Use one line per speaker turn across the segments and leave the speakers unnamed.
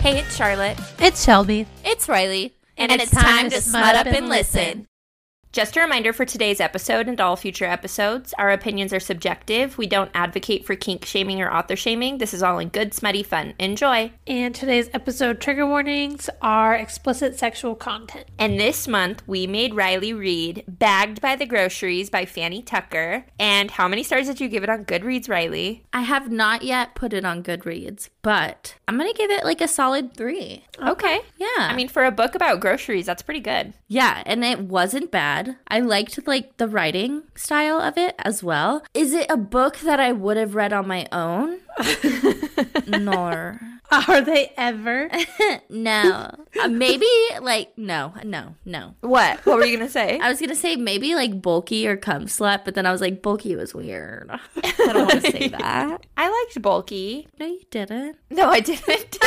It's Charlotte.
It's Shelby.
It's Riley. And, it's, time, to smut up and listen. Just a reminder for today's episode and all future episodes our opinions are subjective. We don't advocate for kink shaming or author shaming. This is all in good, smutty fun. Enjoy.
And today's episode trigger warnings are explicit sexual content.
And this month, we made Riley read Bagged by the Groceries by Fannie Tucker. And how many stars did you give it on Goodreads, Riley?
I have not yet put it on Goodreads, but I'm going to give it like a solid three.
Okay.
Yeah.
I mean, for a book about groceries, that's pretty good.
yeah, and it wasn't bad. I liked like the writing style of it as well. Is it a book that I would have read on my own? Nor.
Are they ever?
No. Uh, maybe like no, no, no.
What? What were you going to say?
I was gonna say maybe like bulky or cum slut, but then I was like bulky was weird. I don't want to say that.
I liked Bulky.
No, you didn't.
No, I didn't.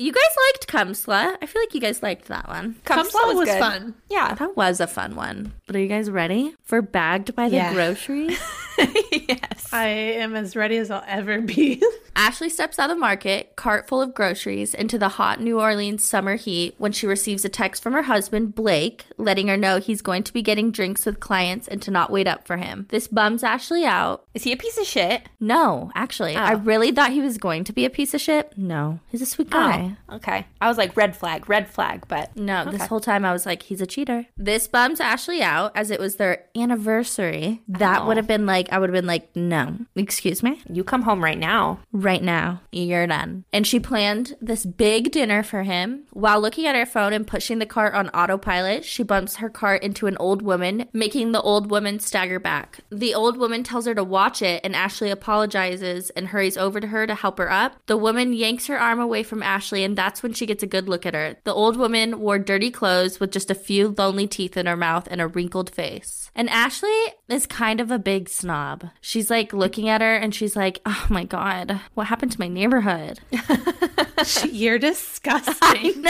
You guys liked cum slut. I feel like you guys liked that one.
Cum
Some
Slut
slut was
good.
fun.
Yeah.
That was a fun one. But are you guys ready for bagged by the
Yeah.
grocery?
yes.
I am as ready as I'll ever be.
Ashley steps out of the market, cart full of groceries, into the hot New Orleans summer heat when she receives a text from her husband, Blake, letting her know he's going to be getting drinks with clients and to not wait up for him. This bums Ashley out.
Is he a piece of shit?
No, actually, I really thought he was going to be a piece of shit. No, he's a sweet guy.
Oh, okay. I was like, red flag, red flag, but
No, this whole time I was like, he's a cheater. This bums Ashley out as it was their anniversary. That would have been like, I would have been like, no, excuse me,
you come home right now.
right now, you're done. And she planned this big dinner for him. While looking at her phone and pushing the cart on autopilot, she bumps her cart into an old woman, making the old woman stagger back. The old woman tells her to watch it, and Ashley apologizes and hurries over to her to help her up. The woman yanks her arm away from Ashley, and that's when she gets a good look at her. The old woman wore dirty clothes with just a few lonely teeth in her mouth and a wrinkled face. And Ashley is kind of a big snob. She's like looking at her and she's like, oh my God, what happened to my neighborhood?
You're disgusting.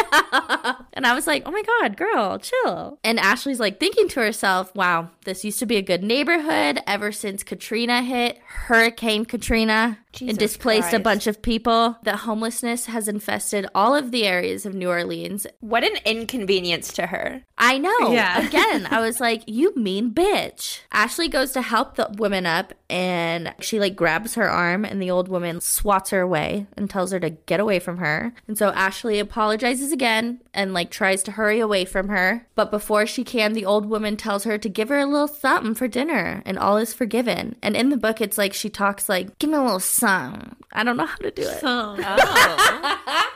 And I was like, oh my God, girl, chill. And Ashley's like thinking to herself, wow, this used to be a good neighborhood ever since Katrina hit, Hurricane Katrina, and displaced a
Christ.
bunch of people. The homelessness has infested all of the areas of New Orleans.
What an inconvenience to her.
I know.
Yeah.
Again, I was like, you mean bitch. Ashley goes to help the woman up and she like grabs her arm and the old woman swats her away and tells her to get away from her. And so Ashley apologizes again and like tries to hurry away from her. But before she can, the old woman tells her to give her a little something for dinner and all is forgiven. And in the book, it's like she talks like, give me a little something. I don't know how to do it.
Some.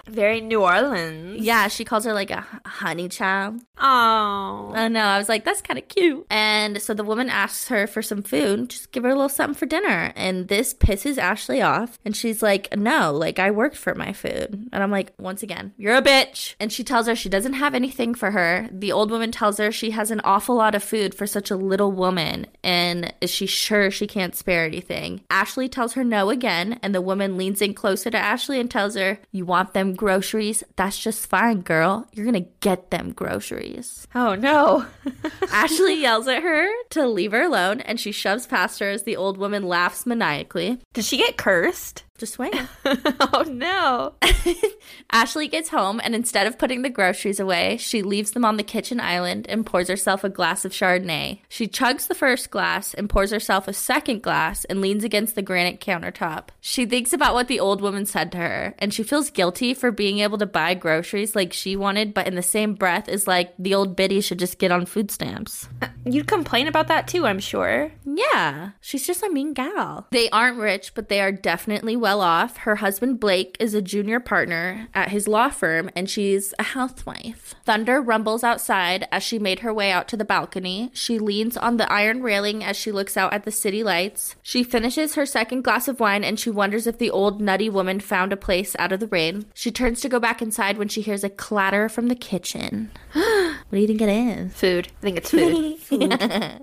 Very New Orleans.
Yeah, she calls her like a h- honey child.
Oh.
I know. I was like, that's kind of cute. And so the woman asks her for some food, just give her a little something for dinner. And this pisses Ashley off. And she's like, no, like I worked for my food. And I'm like, once again, you're a bitch. And she tells her she doesn't have anything for her. The old woman tells her she has an awful lot of food for such a little woman. And is she sure she can't spare anything? Ashley tells her no again. And the woman leans in closer to Ashley and tells her, you want them groceries? That's just fine, girl. You're going to get them groceries.
Oh no.
Ashley yells at her to leave her alone, and she shoves past her as the old woman laughs maniacally.
Did she get cursed?
Just wait.
oh no.
Ashley gets home, and instead of putting the groceries away, she leaves them on the kitchen island and pours herself a glass of Chardonnay. She chugs the first glass and pours herself a second glass and leans against the granite countertop. She thinks about what the old woman said to her, and she feels guilty for being able to buy groceries like she wanted, but in the same breath is like, the old biddy should just get on food stamps.
You'd complain about that too, I'm sure.
Yeah, she's just a mean gal. They aren't rich, but they are definitely well off. Her husband Blake is a junior partner at his law firm, and she's a housewife. Thunder rumbles outside as she made her way out to the balcony. She leans on the iron railing as she looks out at the city lights. She finishes her second glass of wine and she wonders if the old nutty woman found a place out of the rain. She turns to go back inside when she hears a clatter from the kitchen. What do you think it is?
Food. I think it's food.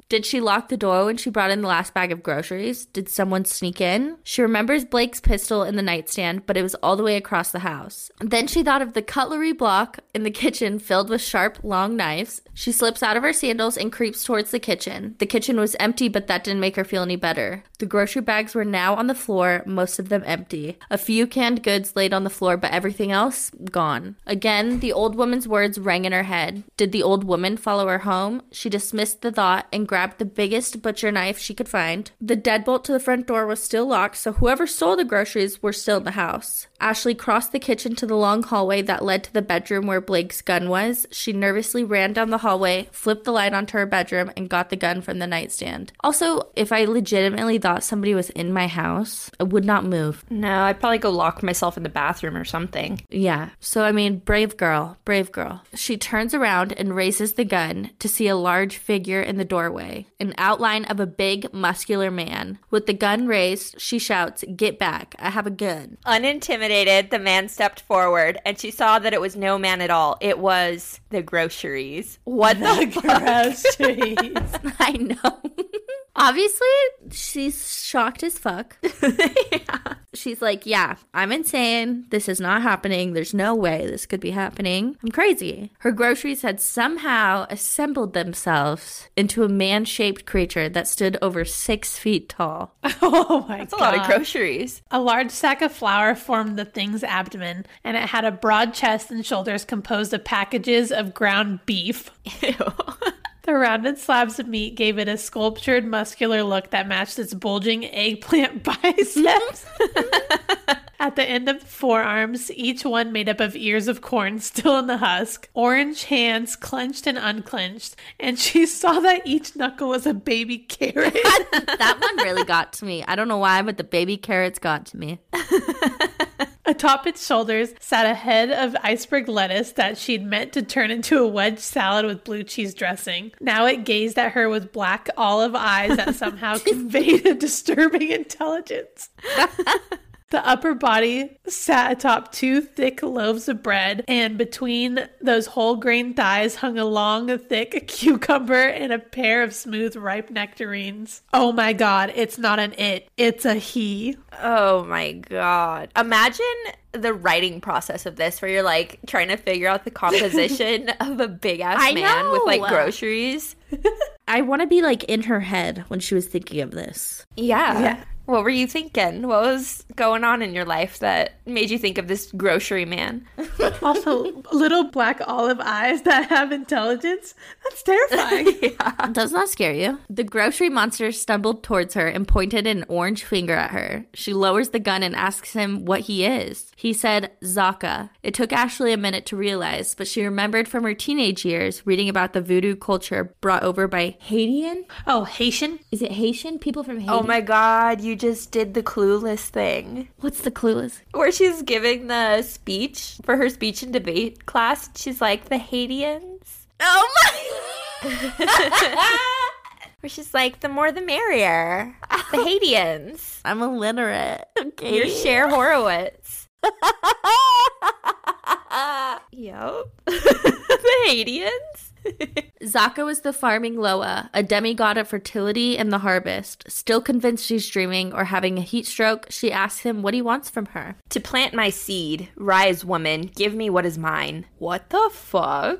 Did she lock the door when she brought in the last bag of groceries? Did someone sneak in? She remembers Blake's pistol in the nightstand, but it was all the way across the house. Then she thought of the cutlery block in the kitchen filled with sharp, long knives. She slips out of her sandals and creeps towards the kitchen. The kitchen was empty, but that didn't make her feel any better. The grocery bags were now on the floor, most of them empty. A few canned goods laid on the floor, but everything else gone. Again, the old woman's words rang in her head. Did the old woman follow her home? She dismissed the thought and grabbed the biggest butcher knife she could find. The deadbolt to the front door was still locked, so whoever stole the groceries were still in the house. Ashley crossed the kitchen to the long hallway that led to the bedroom where Blake's gun was. She nervously ran down the hallway, flipped the light onto her bedroom, and got the gun from the nightstand. Also, if I legitimately thought somebody was in my house, I would not move.
no, I'd probably go lock myself in the bathroom or something.
Yeah. So, I mean, brave girl, brave girl. She turns around and raises the gun to see a large figure in the doorway, an outline of a big, muscular man. With the gun raised, she shouts, Get back, I have a gun.
Unintimidated, the man stepped forward and she saw that it was no man at all. It was the groceries. What the
Groceries.
I know. Obviously, she's shocked as fuck. She's like, Yeah, I'm insane. This is not happening. There's no way this could be happening. I'm crazy. Her groceries had somehow assembled themselves into a man shaped creature that stood over six feet tall.
oh my
That's a
god.
lot of groceries.
A large sack of flour formed the thing's abdomen, and it had a broad chest and shoulders composed of packages of ground beef. The rounded slabs of meat gave it a sculptured, muscular look that matched its bulging eggplant biceps. At the end of the forearms, each one made up of ears of corn still in the husk, orange hands clenched and unclenched, and she saw that each knuckle was a baby carrot.
that one really got to me. I don't know why, but the baby carrots got to me.
Atop its shoulders sat a head of iceberg lettuce that she'd meant to turn into a wedge salad with blue cheese dressing. Now it gazed at her with black olive eyes that somehow conveyed a disturbing intelligence. The upper body sat atop two thick loaves of bread, and between those whole grain thighs hung a long, thick cucumber and a pair of smooth, ripe nectarines. Oh my god, it's not an it, it's a he.
Oh my god. Imagine the writing process of this where you're like trying to figure out the composition of a big ass
I
man with like
know.
groceries.
I want to be like in her head when she was thinking of this.
Yeah.
Yeah.
What were you thinking? What was going on in your life that made you think of this grocery man?
Also, little black olive eyes that have intelligence. That's terrifying.
Does not scare you. The grocery monster stumbled towards her and pointed an orange finger at her. She lowers the gun and asks him what he is. He said, Zaka. It took Ashley a minute to realize, but she remembered from her teenage years reading about the voodoo culture brought over by Haitian.
oh, Haitian?
Is it Haitian? People from Haiti.
Oh my god, you just did the clueless thing.
What's the clueless?
Where she's giving the speech for her speech and debate class, she's like, the Haitians.
Oh my!
Where she's like, the more the merrier. The Haitians.
I'm illiterate. Okay.
You're Cher Horowitz. Yep. the Haitians.
Zaka was the farming Loa, a demigod of fertility and the harvest. Still convinced she's dreaming or having a heat stroke, she asks him what he wants from her.
To plant my seed, rise, woman, give me what is mine. What the fuck?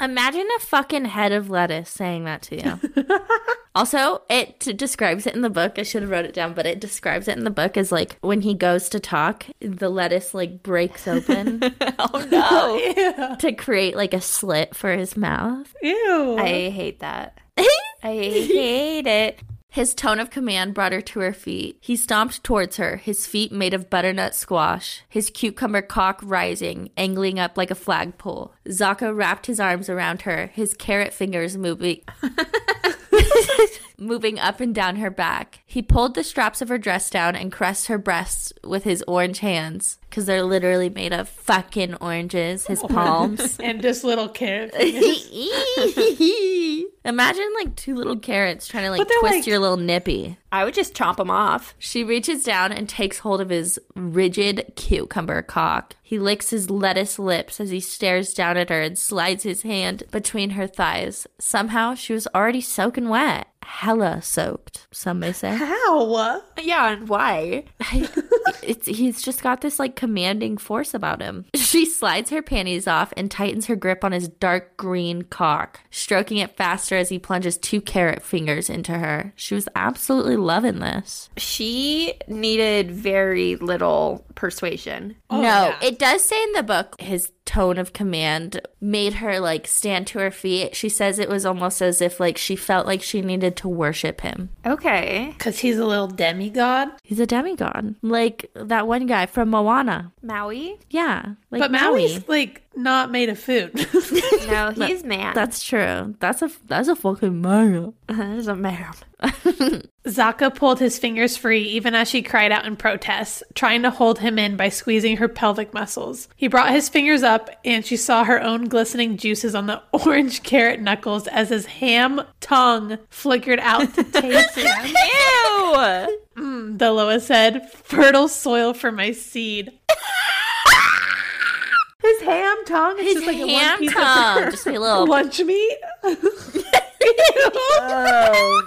Imagine a fucking head of lettuce saying that to you. also, it t- describes it in the book. I should have wrote it down, but it describes it in the book as like when he goes to talk, the lettuce like breaks open
oh no.
Ew.
to create like a slit for his mouth.
Ew.
I hate that. I hate it.
His tone of command brought her to her feet. He stomped towards her, his feet made of butternut squash, his cucumber cock rising, angling up like a flagpole. Zaka wrapped his arms around her, his carrot fingers moving. moving up and down her back. He pulled the straps of her dress down and caressed her breasts with his orange hands because they're literally made of fucking oranges,
Oh.
his palms.
and this little carrot.
Imagine like two little carrots trying to like
But they're,
twist
like-
your little nippy.
I would just chomp them off.
She reaches down and takes hold of his rigid cucumber cock. He licks his lettuce lips as he stares down at her and slides his hand between her thighs. Somehow she was already soaking wet. Hella soaked, some may say.
How?
Yeah, and why?
I- it's, he's just got this like commanding force about him. She slides her panties off and tightens her grip on his dark green cock, stroking it faster as he plunges two carrot fingers into her. She was absolutely loving this.
She needed very little persuasion.
Oh,
no,
yeah.
it does say in the book his tone of command made her like stand to her feet. She says it was almost as if like she felt like she needed to worship him.
Okay.
Because he's a little demigod.
He's a demigod, like that one guy from Moana.
Maui?
Yeah, like
but Maui's like not made of food.
No, he's man.
That's true. That's a that's a fucking manga.
that is a man.
Zaka pulled his fingers free even as she cried out in protest, trying to hold him in by squeezing her pelvic muscles. He brought his fingers up and she saw her own glistening juices on the orange carrot knuckles as his ham tongue flickered out to taste them.
Ew!
The Loa said, Fertile soil for my seed. His ham tongue is just like a one
Ham
piece
tongue,
of
just a little.
lunch meat. Uh,
oh,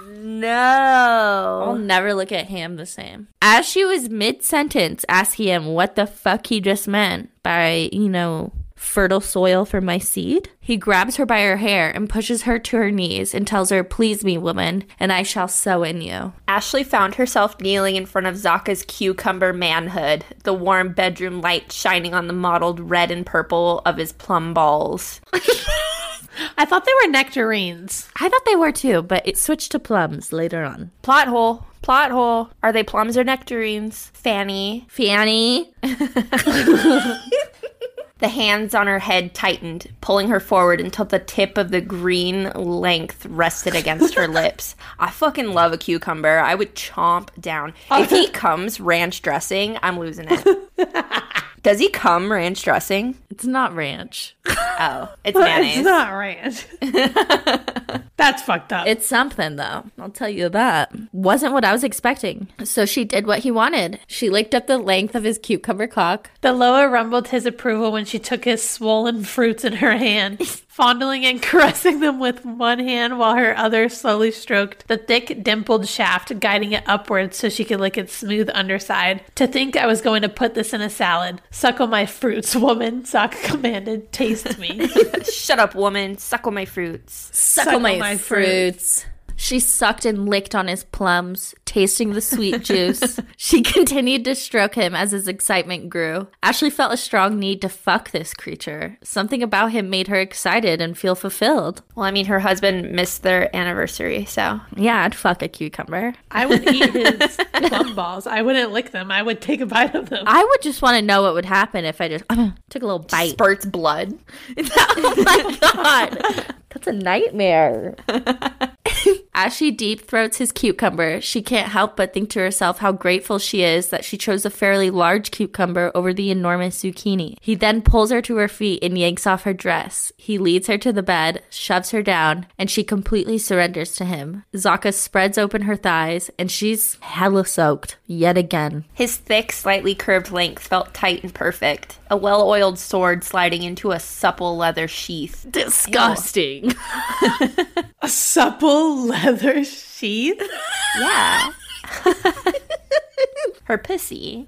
I'll
no.
never look at ham the same. As she was mid sentence, asking him what the fuck he just meant by you know fertile soil for my seed, he grabs her by her hair and pushes her to her knees and tells her, "Please me, woman, and I shall sow in you."
Ashley found herself kneeling in front of Zaka's cucumber manhood, the warm bedroom light shining on the mottled red and purple of his plum balls.
I thought they were nectarines.
I thought they were too, but it switched to plums later on.
Plot hole. Plot hole. Are they plums or nectarines? Fanny.
Fanny,
The hands on her head tightened, pulling her forward until the tip of the green length rested against her lips. I fucking love a cucumber. I would chomp down. If he comes ranch dressing, I'm losing it. Does he come ranch dressing?
it's not ranch.
Oh, it's mayonnaise.
It's not ranch. That's fucked up.
It's something though. I'll tell you that. Wasn't what I was expecting. So she did what he wanted. She licked up the length of his cucumber cock.
the Loa rumbled his approval when she took his swollen fruits in her hand, fondling and caressing them with one hand while her other slowly stroked the thick, dimpled shaft, guiding it upwards so she could lick its smooth underside. To think I was going to put this in a salad. Suckle my fruits, woman, Sokka commanded. Taste me.
Shut up, woman. Suck on my fruits.
Suck on my, fruits. She sucked and licked on his plums, tasting the sweet juice. she continued to stroke him as his excitement grew. Ashley felt a strong need to fuck this creature. Something about him made her excited and feel fulfilled.
Well, I mean, her husband missed their anniversary, so.
Yeah, I'd fuck a cucumber.
I would eat his plum balls. I wouldn't lick them. I would take a bite of them.
I would just want to know what would happen if I just took a little bite.
Spurts blood.
oh my god. That's a nightmare. As she deep throats his cucumber, she can't help but think to herself how grateful she is that she chose a fairly large cucumber over the enormous zucchini. He then pulls her to her feet and yanks off her dress. He leads her to the bed, shoves her down, and she completely surrenders to him. Zaka spreads open her thighs, and she's hella soaked yet again.
His thick, slightly curved length felt tight and perfect, a well oiled sword sliding into a supple leather sheath.
Disgusting.
A supple leather sheath?
Yeah. Her pussy.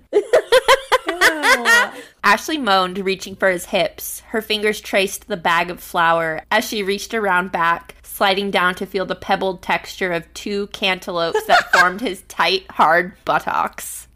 Ashley moaned, reaching for his hips. Her fingers traced the bag of flour as she reached around back, sliding down to feel the pebbled texture of two cantaloupes that formed his tight, hard buttocks.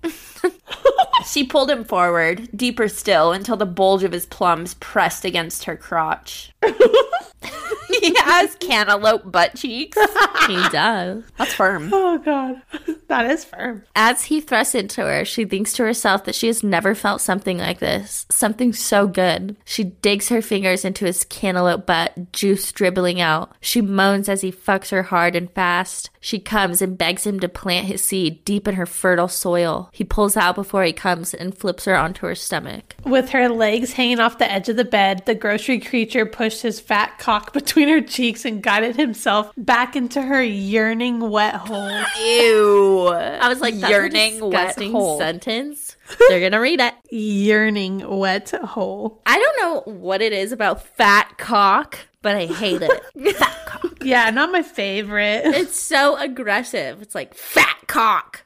she pulled him forward, deeper still, until the bulge of his plums pressed against her crotch. he has cantaloupe butt cheeks.
He does.
That's firm.
Oh god, that is firm.
As he thrusts into her, she thinks to herself that she has never felt something like this. Something so good. She digs her fingers into his cantaloupe butt, juice dribbling out. She moans as he fucks her hard and fast. She comes and begs him to plant his seed deep in her fertile soil. He pulls out before he comes and flips her onto her stomach.
With her legs hanging off the edge of the bed, the grocery creature pushed his fat cock between her cheeks and guided himself back into her yearning wet hole.
Ew.
I was like, That's yearning, a
Yearning wet
disgusting
hole.
sentence. They're gonna read it.
yearning wet hole.
I don't know what it is about fat cock, but I hate it. fat cock.
Yeah, not my favorite.
It's so aggressive. It's like fat cock.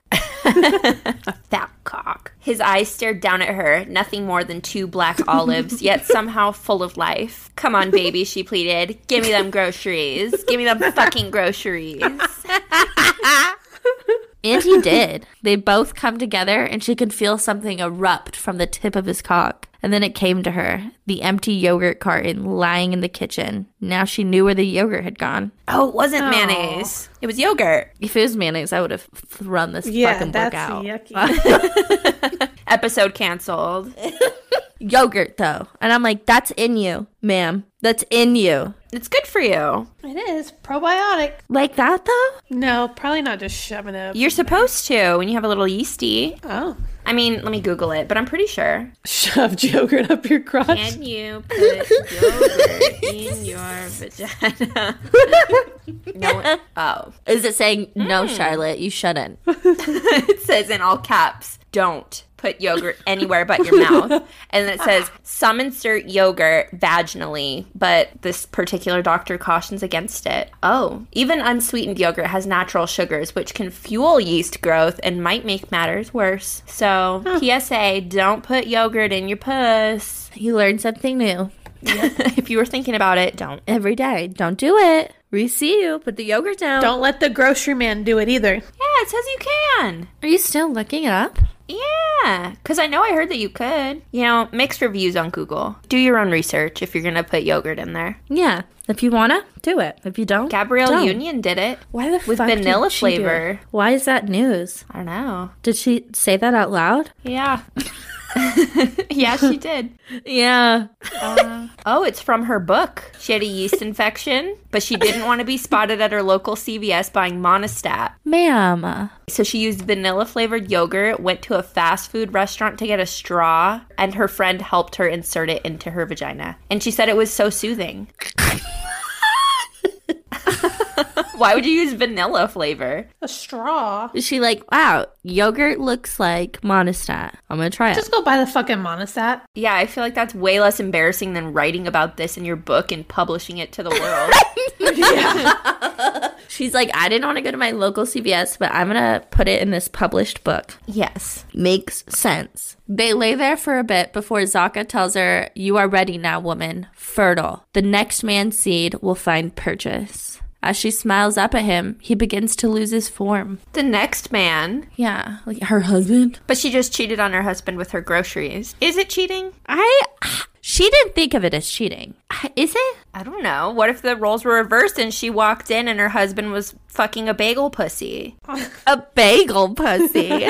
That cock. His eyes stared down at her, nothing more than two black olives, yet somehow full of life. Come on, baby, she pleaded. Give me them groceries. Give me them fucking groceries.
And he did. They both come together, and she could feel something erupt from the tip of his cock. And then it came to her the empty yogurt carton lying in the kitchen. Now she knew where the yogurt had gone.
Oh, it wasn't mayonnaise. It was yogurt.
If it was mayonnaise, I would have thrown this
yeah,
fucking book
that's
out. Uh.
yucky.
Episode canceled.
Yogurt, though. And I'm like, that's in you, ma'am. That's in you.
It's good for you.
it is probiotic.
Like that, though?
No, probably not just shoving it up.
You're supposed to when you have a little yeasty.
oh,
I mean, let me Google it, but I'm pretty sure.
shoved yogurt up your crotch.
Can you put yogurt in your vagina? no. one- Oh.
Is it saying, no, Charlotte, you shouldn't?
it says in all caps, don't put yogurt anywhere but your mouth. And it says, some insert yogurt vaginally, but this particular doctor cautions against it. Oh, even unsweetened yogurt has natural sugars, which can fuel yeast growth and might make matters worse. So, PSA, don't put yogurt in your puss.
You learn something new.
if you were thinking about it, don't.
every day. Don't do it. We see you. Put the yogurt down.
Don't let the grocery man do it either.
Yeah, it says you can.
Are you still looking it up?
Yeah, because I know I heard that you could. You know, mixed reviews on Google. Do your own research if you're going to put yogurt in there.
Yeah. If you wanna, do it. If you don't,
Gabrielle
don't.
Union did it.
Why the
with
fuck did
vanilla
she do it?
flavor.
Why is that news?
I don't know.
Did she say that out loud?
Yeah. yeah, she did.
Yeah.
Oh, it's from her book. She had a yeast infection, but she didn't want to be spotted at her local CVS buying monostat.
Ma'am.
So she used vanilla flavored yogurt, went to a fast food restaurant to get a straw, and her friend helped her insert it into her vagina. And she said it was so soothing. Why would you use vanilla flavor?
A straw.
Is she like, wow, yogurt looks like monostat. I'm gonna try it.
Just go buy the fucking monostat.
Yeah, I feel like that's way less embarrassing than writing about this in your book and publishing it to the world.
She's like, I didn't want to go to my local CVS, but I'm gonna put it in this published book.
yes.
makes sense. They lay there for a bit before Zaka tells her, You are ready now, woman. Fertile. The next man's seed will find purchase. As she smiles up at him, he begins to lose his form.
The next man.
Yeah, like her husband.
But she just cheated on her husband with her groceries. Is it cheating?
I. She didn't think of it as cheating. Is it?
I don't know. What if the roles were reversed and she walked in and her husband was fucking a bagel pussy?
A bagel pussy.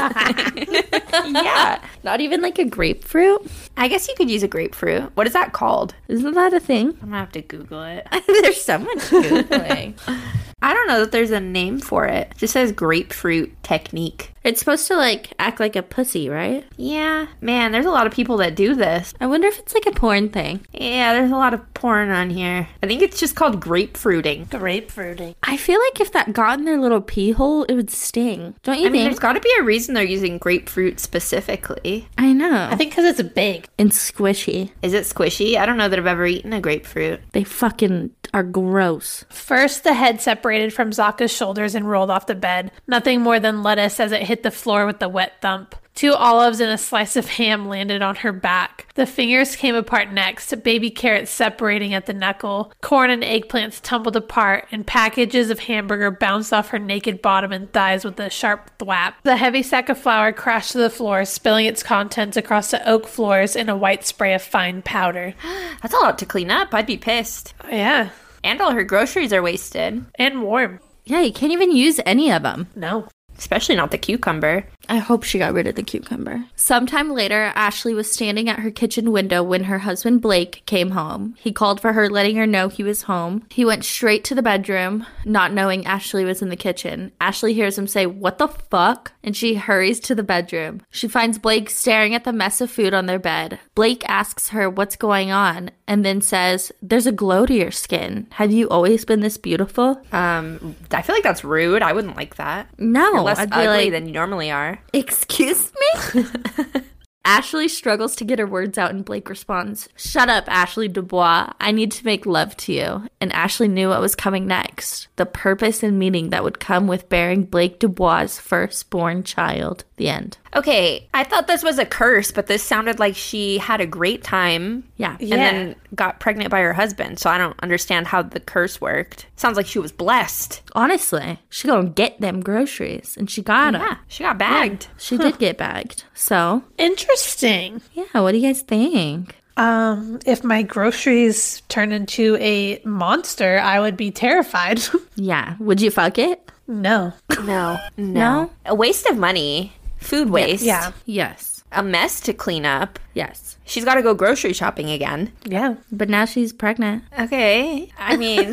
yeah.
Not even like a grapefruit.
I guess you could use a grapefruit. What is that called?
Isn't that a thing?
I'm gonna have to Google it.
There's so much Googling.
I don't know that there's a name for it. It just says grapefruit technique.
it's supposed to like act like a pussy, right?
Yeah, man, there's a lot of people that do this.
I wonder if it's like a porn thing.
Yeah, there's a lot of porn on here. I think it's just called grapefruiting.
Grapefruiting.
I feel like if that got in their little pee hole, it would sting. Don't you
I mean,
think?
there's got to be a reason they're using grapefruit specifically.
I know.
I think because it's big.
and squishy.
Is it squishy? I don't know that I've ever eaten a grapefruit.
They fucking are gross.
First, the head separated from Zaka's shoulders and rolled off the bed, nothing more than lettuce as it hit the floor with a wet thump. Two olives and a slice of ham landed on her back. The fingers came apart next, baby carrots separating at the knuckle. Corn and eggplants tumbled apart, and packages of hamburger bounced off her naked bottom and thighs with a sharp thwap. The heavy sack of flour crashed to the floor, spilling its contents across the oak floors in a white spray of fine powder. Oh,
That's a lot to clean up. I'd be pissed.
Yeah.
And all her groceries are wasted,
and warm.
Yeah, you can't even use any of them.
No.
especially not the cucumber.
I hope she got rid of the cucumber. Sometime later, Ashley was standing at her kitchen window when her husband Blake came home. He called for her, letting her know he was home. He went straight to the bedroom, not knowing Ashley was in the kitchen. Ashley hears him say, What the fuck? And she hurries to the bedroom. She finds Blake staring at the mess of food on their bed. Blake asks her what's going on and then says, There's a glow to your skin. Have you always been this beautiful?
Um, I feel like that's rude. I wouldn't like that.
No.
You're less
I'd be
ugly
like-
than you normally are.
Excuse me? Ashley struggles to get her words out, and Blake responds, Shut up, Ashley Dubois. I need to make love to you. And Ashley knew what was coming next the purpose and meaning that would come with bearing Blake Dubois' firstborn child. The end.
Okay, I thought this was a curse, but this sounded like she had a great time
Yeah.
Yeah.
and then got pregnant by her husband. So I don't understand how the curse worked. Sounds like she was blessed.
Honestly, she gonna get them groceries, and she got 'em.
Yeah, she got bagged.
She did get bagged. So,
Interesting.
yeah, what do you guys think?
Um, if my groceries turned into a monster, I would be terrified.
Yeah. Would you fuck it?
no.
No,
No?
a waste of money, food waste,
Yeah.
Yes.
a mess to clean up.
Yes.
She's got to go grocery shopping again.
Yeah.
But now she's pregnant.
Okay, I mean,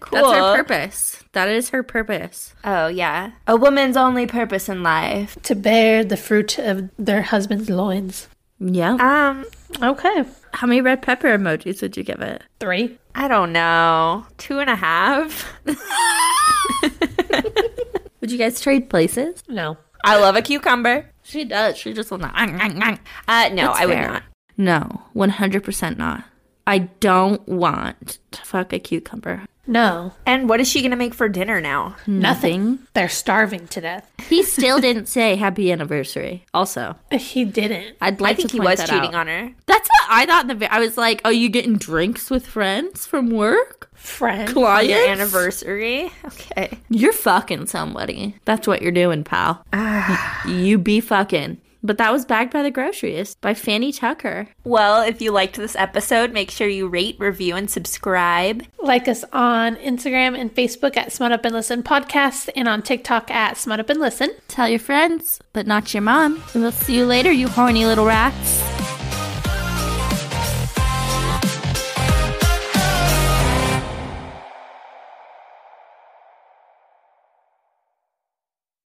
cool.
That's her purpose. That is her purpose.
oh yeah, a woman's only purpose in life.
To bear the fruit of their husband's loins.
Yeah.
Um,
Okay.
How many red pepper emojis would you give it?
Three.
I don't know, two and a half.
Would you guys trade places?
No.
I love a cucumber.
She does. She just will not.
Uh, no, I would
fair.
not.
No, 100% not. I don't want to fuck a cucumber.
No.
And what is she gonna make for dinner now?
Nothing.
They're starving to death.
he still didn't say happy anniversary. Also,
He didn't.
I'd like
I think
to
he
point
was
that
cheating
out.
on her.
That's what I thought. In the vi- I was like, "Oh, you getting drinks with friends from work?
Friend.
Clients?
Your anniversary. Okay.
You're fucking somebody. That's what you're doing, pal. Y- you be fucking." But that was bagged by the groceries by Fanny Tucker.
Well, if you liked this episode, make sure you rate, review, and subscribe.
Like us on Instagram and Facebook at Smut Up and Listen Podcast and on TikTok at Smut Up and Listen.
Tell your friends, but not your mom. And we'll see you later, you horny little rats.